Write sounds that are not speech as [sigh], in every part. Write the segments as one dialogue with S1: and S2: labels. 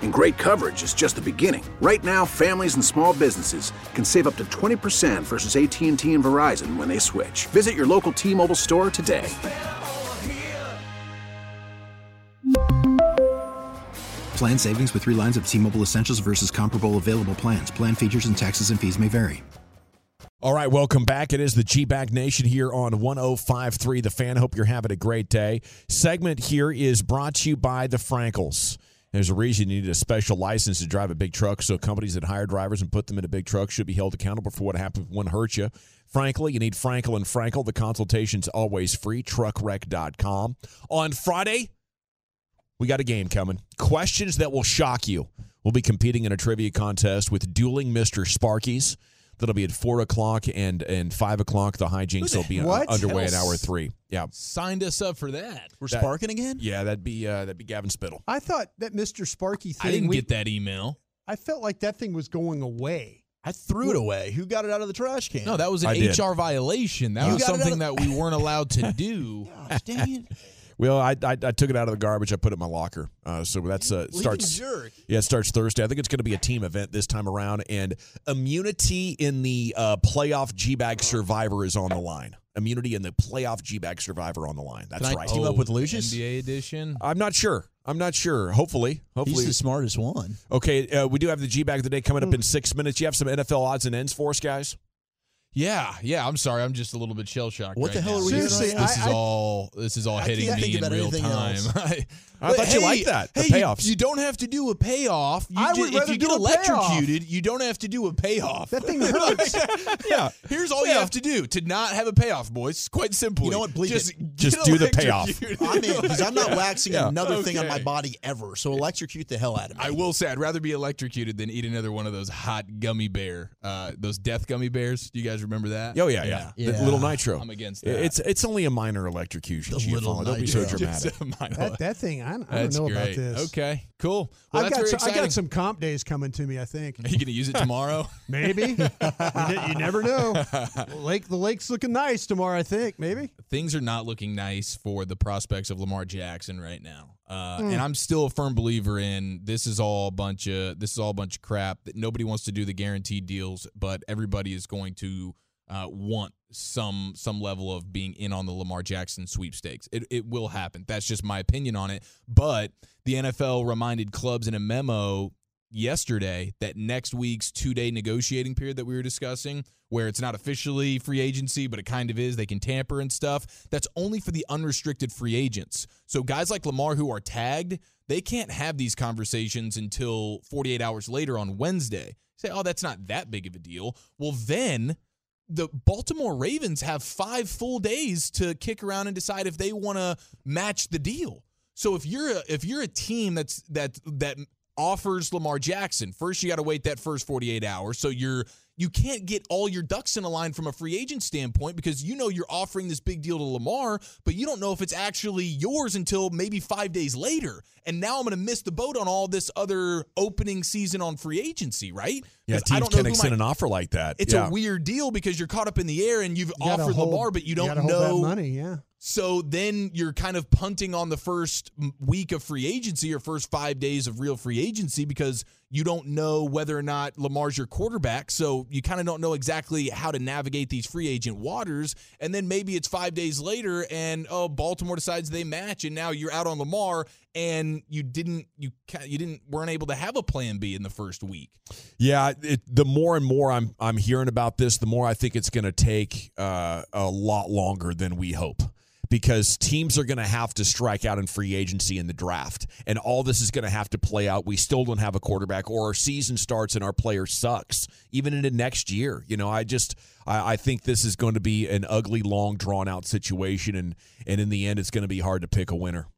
S1: And great coverage is just the beginning. Right now, families and small businesses can save up to 20% versus AT&T and Verizon when they switch. Visit your local T-Mobile store today.
S2: Plan savings with three lines of T-Mobile Essentials versus comparable available plans. Plan features and taxes and fees may vary.
S3: All right, welcome back. It is the G Back Nation here on 1053 The Fan. Hope you're having a great day. Segment here is brought to you by the Frankels. There's a reason you need a special license to drive a big truck, so companies that hire drivers and put them in a big truck should be held accountable for what happened when one hurt you. Frankly, you need Frankel and Frankel. The consultation's always free. Truckwreck.com. On Friday, we got a game coming. Questions that will shock you. We'll be competing in a trivia contest with dueling Mr. Sparkies. That'll be at four o'clock and and five o'clock. The hijinks will be uh,
S4: what?
S3: underway at
S4: Hell,
S3: hour three. Yeah,
S5: signed us up for that.
S4: We're
S3: That-
S4: sparking again?
S3: yeah, that'd be uh, that'd be Gavin Spittle.
S6: I thought that Mr. Sparky thing.
S5: I didn't
S6: we-
S5: get that email.
S6: I felt like that thing was going away.
S4: I threw it away. Who got it out of the trash can?
S5: No, that was an
S3: I did.
S5: HR violation. That
S4: You
S5: was
S4: got it out
S5: something
S4: of-
S5: that we weren't allowed to
S4: [laughs]
S5: do.
S4: Gosh, dang it.
S3: Well, I, I I took it out of the garbage. I put it in my locker. Uh, so that's uh,
S4: Leaking
S3: starts.
S4: jerk.
S3: Yeah, it starts Thursday. I think it's going to be a team event this time around, and immunity in the uh, playoff G bag survivor is on the line. Immunity in the playoff G bag survivor on the line. That's
S4: Can I Oh,
S3: right.
S4: team up with Lucius?
S5: NBA edition.
S3: I'm not sure. I'm not sure. Hopefully, hopefully.
S4: He's the smartest one.
S3: okay, uh, we do have the G bag of the day coming up
S5: Hmm.
S3: in six minutes. You have some NFL odds and ends for us, guys.
S5: Yeah, yeah. I'm sorry. I'm just a little bit shell shocked.
S4: What the
S5: right
S4: hell
S5: now.
S4: are we doing Seriously, right now?
S5: This
S4: I-
S5: is
S4: I-
S5: all. This is all
S4: I
S5: hitting
S4: can't
S5: me
S4: think
S5: in
S4: about
S5: real
S4: anything
S5: time. [laughs]
S4: else.
S5: I,
S3: I thought you liked that, the
S5: hey, you-
S3: payoffs.
S5: You, don't have to do a payoff. You
S6: I
S5: ju-
S6: would rather
S5: if you
S6: do
S5: get
S6: a payoff.
S5: electrocuted, you don't have to do a payoff.
S6: That
S5: [laughs]
S6: thing hurts.
S4: [laughs]
S3: Yeah,
S5: Here's all you have to do to not have a payoff, boys. It's Quite simple.
S4: You know what? Bleep
S5: just get
S4: it.
S3: Just do the payoff.
S5: electrocuted.
S3: [laughs]
S4: I'm in because I'm not waxing
S3: Yeah.
S4: another thing on
S5: Okay.
S4: my body ever. So electrocute the hell out of me.
S5: I will say I'd rather be electrocuted than eat another one of those hot gummy bear, uh, those death gummy bears. Do you guys remember that?
S3: Oh yeah, yeah.
S4: Yeah.
S3: The
S4: Yeah.
S3: little nitro.
S5: I'm against that.
S3: It's it's only a minor electrocution.
S4: The
S3: Chief.
S4: little
S5: [laughs]
S3: Don't be so
S4: nitro.
S3: dramatic.
S4: [laughs]
S6: that, that thing, I, don't- I don't
S5: That's
S6: know
S5: great.
S6: about this.
S5: Okay, cool. Well,
S6: I've
S5: that's
S6: got
S5: very
S6: some, I
S5: exciting.
S6: got some comp days coming to me. I think
S5: [laughs] Are you going
S6: [laughs]
S5: to use it tomorrow?
S4: [laughs]
S6: maybe you, ne- you never
S5: [laughs]
S6: know. Lake the lake's looking nice tomorrow. I think maybe.
S5: Things are not looking nice for the prospects of Lamar Jackson right now, uh, and I'm still a firm believer in this is all a bunch of this is all a bunch of crap that nobody wants to do the guaranteed deals, but everybody is going to uh, want some some level of being in on the Lamar Jackson sweepstakes. It it will happen. That's just my opinion on it. But the NFL reminded clubs in a memo yesterday that next week's two day negotiating period that we were discussing, where it's not officially free agency, but it kind of is, they can tamper and stuff, that's only for the unrestricted free agents. So guys like Lamar who are tagged, they can't have these conversations until 48 hours later on Wednesday. Say, oh, that's not that big of a deal. Well, then the Baltimore Ravens have five full days to kick around and decide if they want to match the deal. So if you're a, if you're a team that's that that offers Lamar Jackson, first you got to wait that first 48 hours. So you're you can't get all your ducks in a line from a free agent standpoint because you know you're offering this big deal to Lamar, but you don't know if it's actually yours until maybe 5 days later. And now I'm going to miss the boat on all this other opening season on free agency, right?
S3: Yeah,
S5: 'Cause
S3: teams
S5: I don't know
S3: can
S5: who
S3: extend
S5: my-
S3: an offer like that.
S5: it's
S3: yeah.
S5: a weird deal because you're caught up in the air and you've
S6: You gotta
S5: offered
S6: hold-
S5: Lamar, but you don't
S6: gotta hold
S5: know.
S6: that money. Yeah.
S5: So then you're kind of punting on the first m- week of free agency or first five days of real free agency because you don't know whether or not Lamar's your quarterback. So you kind of don't know exactly how to navigate these free agent waters. And then maybe it's five days later and oh, Baltimore decides they match, and now you're out on Lamar and you didn't you ca- you didn't weren't able to have a plan B in the first week.
S3: Yeah, it, the more and more I'm I'm hearing about this, the more I think it's going to take uh, a lot longer than we hope because teams are going to have to strike out in free agency in the draft, and all this is going to have to play out. We still don't have a quarterback, or our season starts and our player sucks, even into next year. You know, I just I, I think this is going to be an ugly, long, drawn out situation, and and in the end, it's going to be hard to pick a winner.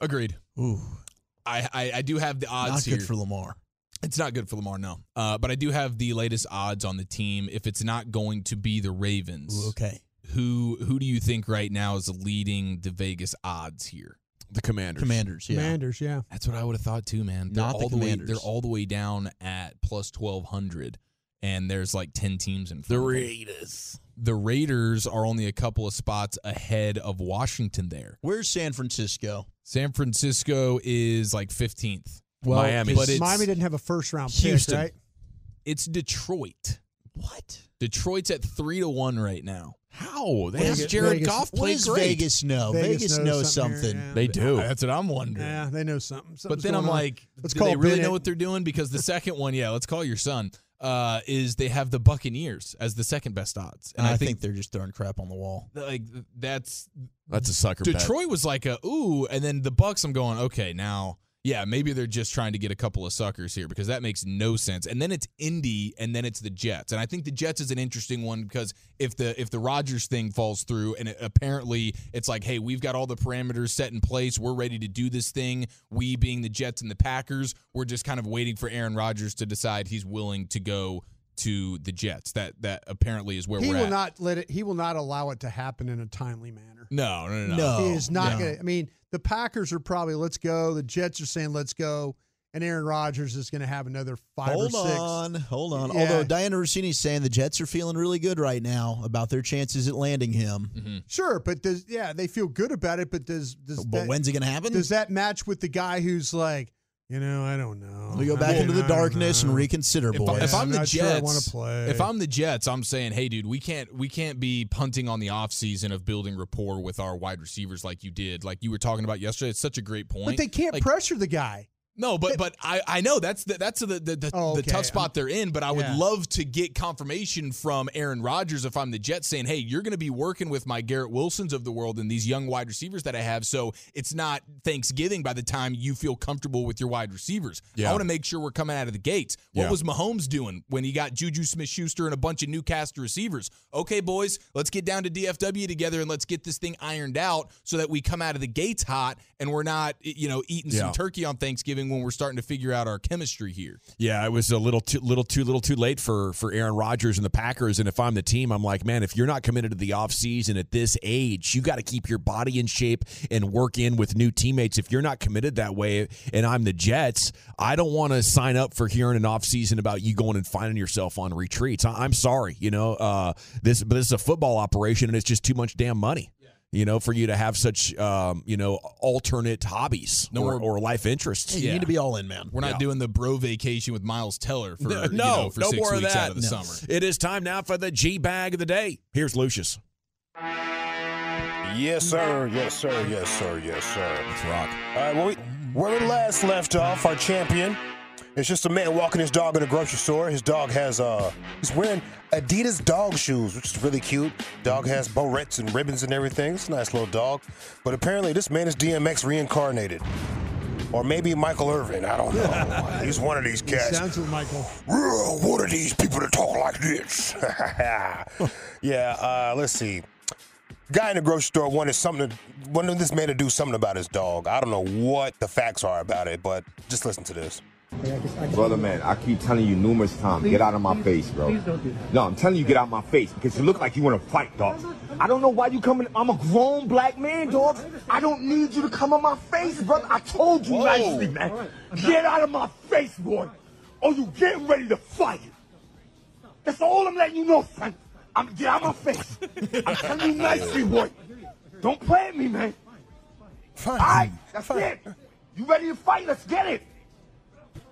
S5: Agreed.
S4: Ooh,
S5: I, I, I do have the odds
S4: not
S5: here.
S4: good for Lamar.
S5: It's not good for Lamar, no. Uh, but I do have the latest odds on the team. If it's not going to be the Ravens,
S4: okay.
S5: who who do you think right now is leading the Vegas odds here?
S3: The Commanders.
S4: Commanders, yeah.
S6: Commanders, yeah.
S5: That's what I would have thought too, man.
S4: Not the
S5: all way,
S4: Commanders.
S5: they're all the way down at plus twelve hundred, and there's like ten teams in front.
S3: The
S5: of them.
S3: Raiders.
S5: The Raiders are only a couple of spots ahead of Washington. There,
S4: Where's San Francisco?
S5: San Francisco is like fifteenth.
S6: Well,
S3: Miami.
S6: But
S5: But it's-
S6: Miami didn't have a first round
S5: Houston.
S6: pick, right?
S5: It's Detroit.
S4: What?
S5: Detroit's at three to one right now.
S3: How? They
S6: Vegas-
S3: have Jared
S6: Vegas-
S3: Goff
S4: What
S3: play
S4: does
S3: great.
S4: Vegas know? Vegas, knows, something.
S6: here, yeah.
S3: They do.
S5: That's what I'm wondering.
S6: yeah. they know something.
S5: But
S6: Something's
S5: then I'm
S6: going on.
S5: like,
S6: Let's
S5: do
S6: call
S5: they really
S6: Bennett.
S5: know what they're doing? Because the second one, yeah, let's call your son. Uh, is they have the Buccaneers as the second best odds,
S4: And I, think, they're just throwing crap on the wall.
S5: that, like that's
S3: That's a sucker bet.
S5: Detroit was like a ooh, and then the Bucks. I'm going okay now. Yeah, maybe they're just trying to get a couple of suckers here because that makes no sense. And then it's Indy, and then it's the Jets. And I think the Jets is an interesting one because if the if the Rodgers thing falls through, and it, apparently it's like, hey, we've got all the parameters set in place, we're ready to do this thing. We being the Jets and the Packers, we're just kind of waiting for Aaron Rodgers to decide he's willing to go to the Jets. That that apparently is where
S6: he
S5: we're
S6: will
S5: at.
S6: not let it. He will not allow it to happen in a timely manner.
S5: no, no, no, no.
S4: No.
S6: he is not
S5: no.
S6: going to. I mean, the Packers are probably let's go. The Jets are saying let's go, and Aaron Rodgers is going to have another five
S4: hold
S6: or six.
S4: on, hold on.
S6: Yeah.
S4: Although Diana Rossini's saying the Jets are feeling really good right now about their chances at landing him.
S6: Sure, but does yeah they feel good about it? But does does
S4: But
S6: that,
S4: when's it going to happen?
S6: does that match with the guy who's like you know I don't know.
S4: we go
S6: I
S4: back
S6: mean,
S4: into the
S6: I don't
S4: darkness
S6: know.
S4: and reconsider,
S5: If, I-
S4: boys.
S5: if I'm
S6: I'm
S5: the
S6: not
S5: Jets,
S6: sure I wanna play.
S5: if I'm the Jets, I'm saying, hey, dude, we can't we can't be punting on the offseason of building rapport with our wide receivers like you did, like you were talking about yesterday. It's such a great point.
S6: But they can't
S5: Like,
S6: pressure the guy.
S5: no, but but I I know that's the, that's the the, the,
S6: Oh,
S5: the
S6: okay.
S5: tough spot they're in. But I would
S6: Yeah.
S5: love to get confirmation from Aaron Rodgers if I'm the Jets, saying, hey, you're going to be working with my Garrett Wilsons of the world and these young wide receivers that I have. So it's not Thanksgiving by the time you feel comfortable with your wide receivers.
S3: Yeah.
S5: I want to make sure we're coming out of the gates. What
S3: Yeah.
S5: was Mahomes doing when he got Juju Smith Schuster and a bunch of Newcastle receivers? Okay, boys, let's get down to DFW together and let's get this thing ironed out so that we come out of the gates hot and we're not, you know, eating
S3: Yeah.
S5: some turkey on Thanksgiving when we're starting to figure out our chemistry here.
S3: Yeah, it was a little too little too little too late for for Aaron Rodgers and the Packers. And if I'm the team, I'm like, man, if you're not committed to the offseason at this age, you got to keep your body in shape and work in with new teammates. If you're not committed that way, and I'm the Jets, I don't want to sign up for hearing an offseason about you going and finding yourself on retreats. I, I'm sorry, you know, uh, this but this is a football operation, and it's just too much damn money. You know, for you to have such, um, you know, alternate hobbies
S5: No
S3: or,
S5: more-
S3: or life interests.
S4: Hey, You need to be all in, man.
S5: We're not doing the bro vacation with Miles Teller
S3: [laughs]
S5: for,
S3: No,
S5: you know, for
S3: no
S5: six
S3: more of
S5: weeks
S3: that.
S5: out of the
S3: No.
S5: summer.
S3: It is time now for the G bag of the day. Here's Lucius.
S7: Yes, sir. Yes, sir. Yes, sir. Yes, sir.
S3: Let's rock.
S7: All right, well, we, where we last left off, our champion, it's just a man walking his dog in a grocery store. His dog has, uh, he's wearing Adidas dog shoes, which is really cute. Dog has barrettes and ribbons and everything. It's a nice little dog. But apparently, this man is DMX reincarnated. Or maybe Michael Irvin. I
S3: [laughs]
S7: don't know. he's one of these cats.
S6: Sounds with Michael.
S7: Well, what are these people that talk like this? [laughs] yeah, uh, let's see. Guy in the grocery store wanted something. To, wanted this man to do something about his dog. I don't know what the facts are about it, but just listen to this.
S8: Brother, man, I keep telling you numerous times, get out of my face, bro. No, I'm telling you, get out of my face because you look like you want to fight, dog. I don't know why you coming. I'm a grown black man, dog. I don't need you to come on my face, brother. I told you nicely, man. Get out of my face, boy, or you getting ready to fight. That's all I'm letting you know, son. I'm get out of my face. I'm telling you nicely, boy. Don't play at me, man. All right, that's it. You ready to fight? Let's get it.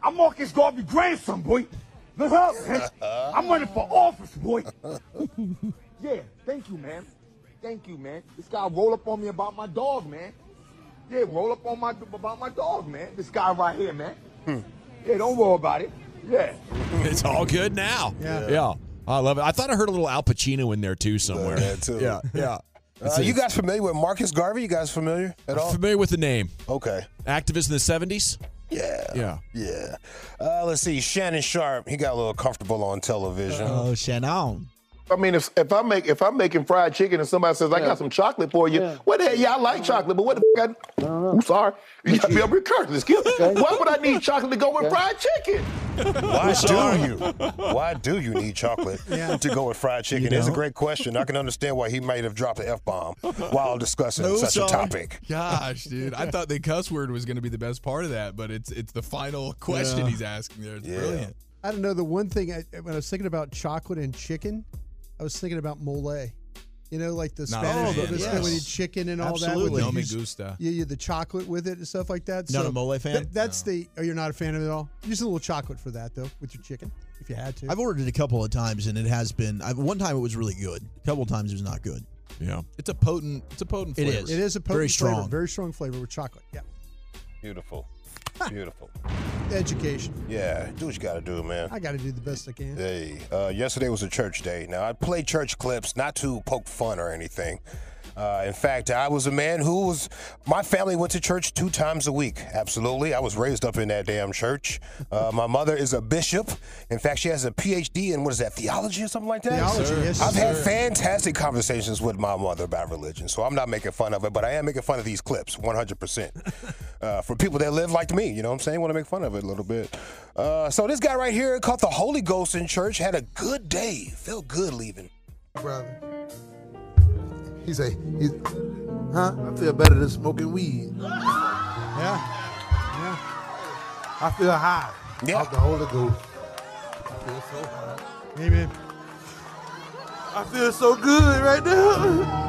S8: I'm Marcus Garvey grandson, boy. [laughs] Look up, man. I'm running for office, boy. [laughs] yeah, thank you, man. Thank you, man. This guy roll up on me about my dog, man. Yeah, roll up on my about my dog, man. This guy right here, man.
S1: Hmm.
S8: Yeah, don't worry about it. Yeah.
S3: [laughs] It's all good now.
S6: Yeah.
S3: Yeah. I love it. I thought I heard a little Al Pacino in there too somewhere.
S7: that, too.
S3: Yeah. Yeah.
S7: Uh, you guys familiar with Marcus Garvey? You guys familiar at all?
S3: Familiar with the name.
S7: Okay.
S3: Activist in the 70s?
S7: Yeah.
S3: Yeah.
S7: Yeah. Uh, let's see. Shannon Sharp. He got a little comfortable on television.
S4: Oh, Shannon.
S1: I mean, if if I make if I'm making fried chicken and somebody says I got some chocolate for you, what the hell? Yeah, I like chocolate, but what the f- I, I'm sorry, [laughs] you got to be up here cursing. Excuse me. Why would I need chocolate to go with fried chicken?
S7: Why do you? Why do you need chocolate to go with fried chicken? It's a great question. I can understand why he might have dropped the f bomb while discussing
S9: No,
S7: such
S9: sorry.
S7: a topic.
S5: Gosh, dude, I thought the cuss word was going to be the best part of that, but it's it's the final question he's asking there. It's brilliant.
S6: I don't know. The one thing I, when I was thinking about chocolate and chicken, I was thinking about mole. You know, like the
S5: Not
S6: Spanish,
S5: a fan,
S6: the
S5: yes.
S6: Spanish chicken and all
S9: Absolutely.
S6: that.
S5: No me
S6: with the-
S5: gusta.
S6: Yeah, yeah, the chocolate with it and stuff like that.
S9: Not
S6: so
S9: a mole fan?
S6: that- that's the. Oh, you're not a fan of it at all. Use a little chocolate for that though, with your chicken, if you had to.
S9: I've ordered it a couple of times, and it has been. I, one time it was really good. A couple of times it was not good.
S3: Yeah.
S5: It's a potent. It's a potent.
S9: It
S5: flavor.
S9: is.
S6: it is a potent
S9: very
S6: flavor,
S9: strong.
S6: very strong flavor with chocolate. Yeah,
S7: Beautiful, beautiful.
S6: education.
S7: Yeah, do what you got to do, man.
S6: I got to do the best I can.
S7: Hey, uh, yesterday was a church day. Now, I play church clips not to poke fun or anything. Uh, in fact, I was a man who was, my family went to church two times a week. Absolutely. I was raised up in that damn church. Uh, my mother is a bishop. In fact, she has a PhD in, what is that, theology or something like that?
S6: Theology, yes,
S7: I've had
S6: sir.
S7: fantastic conversations with my mother about religion, so I'm not making fun of it, but I am making fun of these
S6: [laughs]
S7: clips 100%. uh, for people that live like me, you know what I'm saying? Want to make fun of it a little bit. Uh, so this guy right here caught the Holy Ghost in church, had a good day, felt good leaving.
S10: brother. He say, he, huh? I feel better than smoking weed.
S6: Yeah, yeah.
S10: I feel high.
S7: Yeah.
S10: Off the Holy Ghost. I feel so high.
S6: Amen.
S10: I feel so good right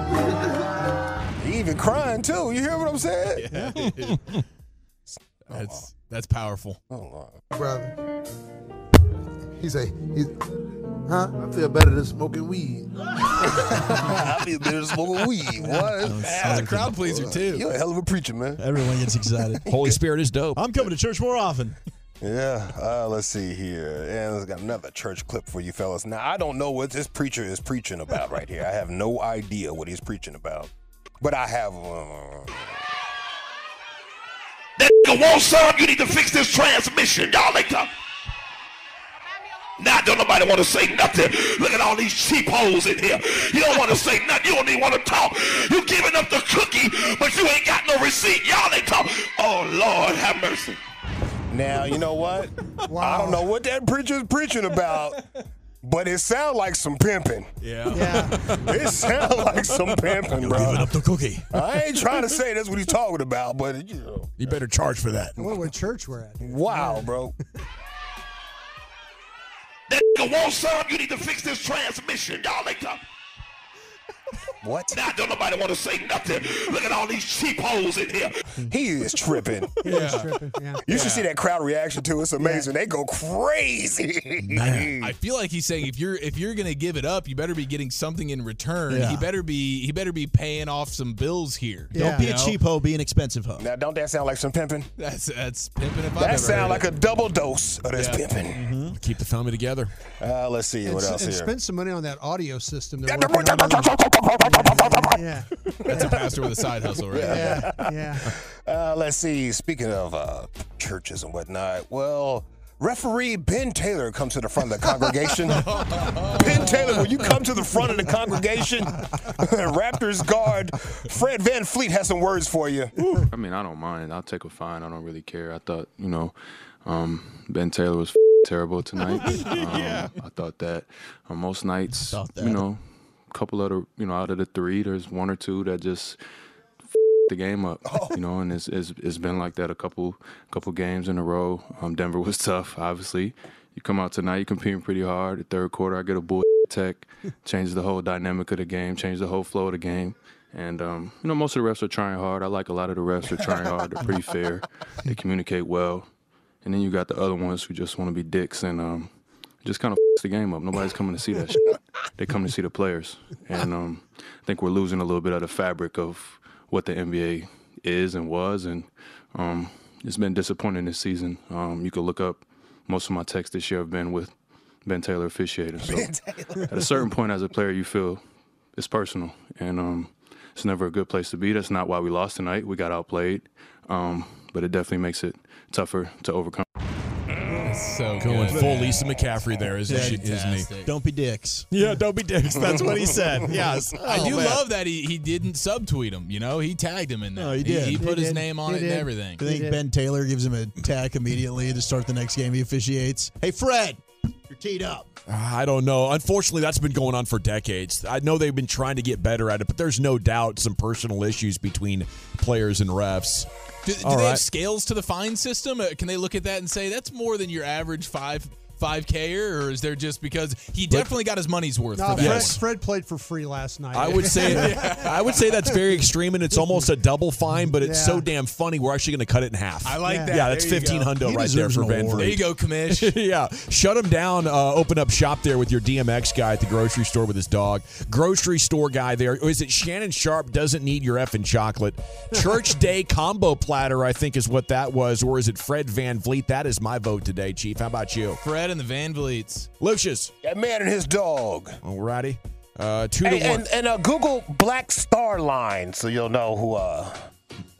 S10: now.
S7: He even crying too. You hear what I'm saying?
S5: That's that's powerful.
S10: Brother. He say, he, huh? I feel better than smoking weed.
S7: I feel better than smoking
S6: [laughs]
S7: weed. What?
S5: That's a crowd pleaser too.
S7: You're a hell of a preacher, man.
S9: Everyone gets excited.
S3: Holy Spirit is dope.
S9: I'm coming to church more often.
S7: Yeah, uh, let's see here. And let's got another church clip for you fellas. Now, I don't know what this preacher is preaching about right here. I have no idea what he's preaching about. But I have. Uh,
S1: That nigga won't serve. You need to fix this transmission. Y'all ain't talking. Now don't nobody want to say nothing. Look at all these cheap holes in here. You don't want to say nothing. You don't even want to talk. You giving up the cookie, but you ain't got no receipt. Y'all ain't talking. Oh Lord, have mercy.
S7: now, you know what? I don't know what that preacher is preaching about, but it sounds like some pimping.
S5: Yeah.
S6: Yeah,
S7: [laughs] It sounds like some pimping, bro.
S9: the cookie.
S7: I ain't trying to say that's what he's talking about, but you know.
S3: You better charge for that.
S6: what, what church we're at?
S7: Wow, bro.
S1: That nigga won't serve. You need to fix this transmission. Y'all ain't talking.
S7: What?
S1: Now don't nobody want to say nothing. Look at all these cheap holes in here.
S7: He is tripping.
S6: Tripping, Yeah.
S7: You should see that crowd reaction to it. It's amazing. They go crazy.
S5: I feel like he's saying if you're if you're gonna give it up, you better be getting something in return.
S9: Yeah.
S5: He better be he better be paying off some bills here.
S6: Yeah.
S9: Don't be
S5: You
S9: a
S5: know?
S9: cheap hoe. Be an expensive hoe.
S7: Now, don't that sound like some pimping?
S5: That's that's pimping. If
S7: That sound like a double dose of this
S5: Yeah.
S7: pimping.
S3: Keep the family together.
S7: Uh, let's see what
S6: and,
S7: else
S6: and
S7: here.
S6: spend some money on that audio system. They're working on over there. yeah,
S5: that's a pastor with a side hustle, right?
S6: yeah, yeah.
S7: Uh, let's see. Speaking of uh, churches and whatnot, well, referee Ben Taylor comes to the front of the congregation. ben Taylor, when you come to the front of the congregation, [laughs] Raptors guard Fred Van Fleet has some words for you.
S4: I mean, I don't mind. I'll take a fine. I don't really care. I thought, you know, um, Ben Taylor was terrible tonight. Um, I thought that on most nights,
S9: Thought that.
S4: you know, a couple of the, you know, out of the three, there's one or two that just the game up. You know, and it's, it's it's been like that a couple couple games in a row. Um, Denver was [laughs] tough, obviously. You come out tonight, you're competing pretty hard. The third quarter, I get a bull tech, changes the whole dynamic of the game, changes the whole flow of the game. And um, you know, most of the refs are trying hard. I like a lot of the refs are trying hard. They're pretty fair. They communicate well. And then you got the other ones who just want to be dicks and um, just kind of f- the game up. Nobody's coming to see that shit. They come to see the players. And um, I think we're losing a little bit of the fabric of what the NBA is and was. And um, it's been disappointing this season. Um, you can look up most of my texts this year have been with Ben Taylor officiating. So at a certain point as a player, you feel it's personal. And um, it's never a good place to be. That's not why we lost tonight. We got outplayed. Um, but it definitely makes it tougher to overcome.
S5: so
S3: Going
S5: good.
S3: full
S5: Yeah.
S3: Lisa McCaffrey there, isn't she? Isn't he?
S5: Fantastic.
S4: Don't be dicks.
S3: Yeah, don't be dicks. That's what he said. Yes.
S5: I
S3: Oh,
S5: do
S3: man.
S5: love that he, he didn't subtweet him. You know, he tagged him in there.
S4: No, he did.
S5: He,
S4: He
S5: put his
S4: did.
S5: name on
S4: He
S5: it and
S4: did.
S5: everything.
S4: I think Ben Taylor gives him a tack immediately to start the next game he officiates. Hey, Fred, you're teed up.
S3: I don't know. Unfortunately, that's been going on for decades. I know they've been trying to get better at it, but there's no doubt some personal issues between players and refs.
S5: Do, do
S3: All
S5: they
S3: right.
S5: have scales to the fine system? Uh, Can they look at that and say that's more than your average five five Ker? Or is there just because he definitely got his money's worth
S6: No,
S5: for that?
S6: Fred,
S5: one.
S6: Fred played for free last night.
S3: I would
S5: [laughs]
S3: say I would say that's very extreme, and it's almost a double fine. But it's
S6: Yeah.
S3: so damn funny. We're actually going to cut it in half.
S5: I like Yeah. that.
S3: Yeah, that's
S5: There you
S3: fifteen
S5: go.
S3: hundo
S5: He
S3: right there
S5: deserves
S3: for
S5: an
S3: Ben.
S5: award. There you go, Commish.
S3: [laughs] yeah, shut him down. Uh, open up shop there with your DMX guy at the grocery store with his dog. Grocery store guy there. Or Is it Shannon Sharp? Doesn't need your effing chocolate. Church Day combo platter, I think, is what that was, or is it Fred Van Vliet? That is my vote today, Chief. How about you,
S5: Fred and the Van Vliets?
S3: Lucius?
S7: That man and his dog.
S3: Alrighty, uh, two
S7: Hey,
S3: to one.
S7: and and uh, Google Black Star Line so you'll know who. Uh,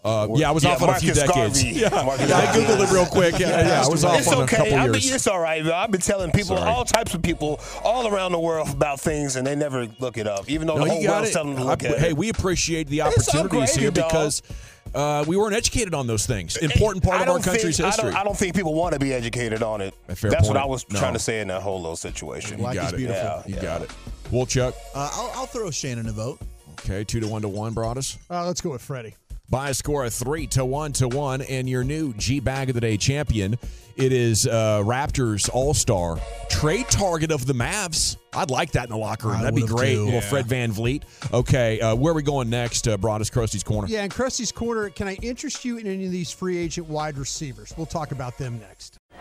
S3: Uh, yeah, I was off on a few
S7: Marcus
S3: decades.
S7: Garvey.
S3: Yeah.
S7: Marcus
S3: Yeah, I
S7: Garvey.
S3: googled it real quick. Yeah, yeah, I was off
S7: it's
S3: on a
S7: okay.
S3: couple
S7: I mean,
S3: years.
S7: it's all right. man. I've been telling people, all types of people, all around the world about things, and they never look it up, even though
S3: No,
S7: the
S3: you
S7: whole
S3: got
S7: world's
S3: it.
S7: telling them to look
S3: I-
S7: at
S3: hey,
S7: it.
S3: we appreciate the
S7: It's
S3: opportunities
S7: upgraded,
S3: here
S7: dog.
S3: because uh, we weren't educated on those things. Important part
S7: I
S3: of our
S7: don't think-
S3: country's
S7: I don't-
S3: history.
S7: I don't, think people want to be educated on it.
S3: fair
S7: That's
S3: point.
S7: what I was
S3: No.
S7: trying to say in that whole little situation.
S3: you got it.
S7: Yeah,
S3: you
S7: yeah.
S3: got it. Wolchuk.
S4: Uh, I'll, I'll throw Shannon a vote.
S3: Okay, two to one to one brought us.
S6: Uh, let's go with Freddie.
S3: by a score of three to one to one. And your new G Bag of the Day champion, it is uh, Raptors All Star trade target of the Mavs. I'd like that in the locker room.
S4: I
S3: That'd be
S4: would've
S3: great.
S4: too.
S3: Little
S4: Yeah.
S3: Fred Van Vliet. Okay, uh, where are we going next? Uh, Broadus Krusty's corner.
S6: Yeah, in Krusty's corner, can I interest you in any of these free agent wide receivers? We'll talk about them next.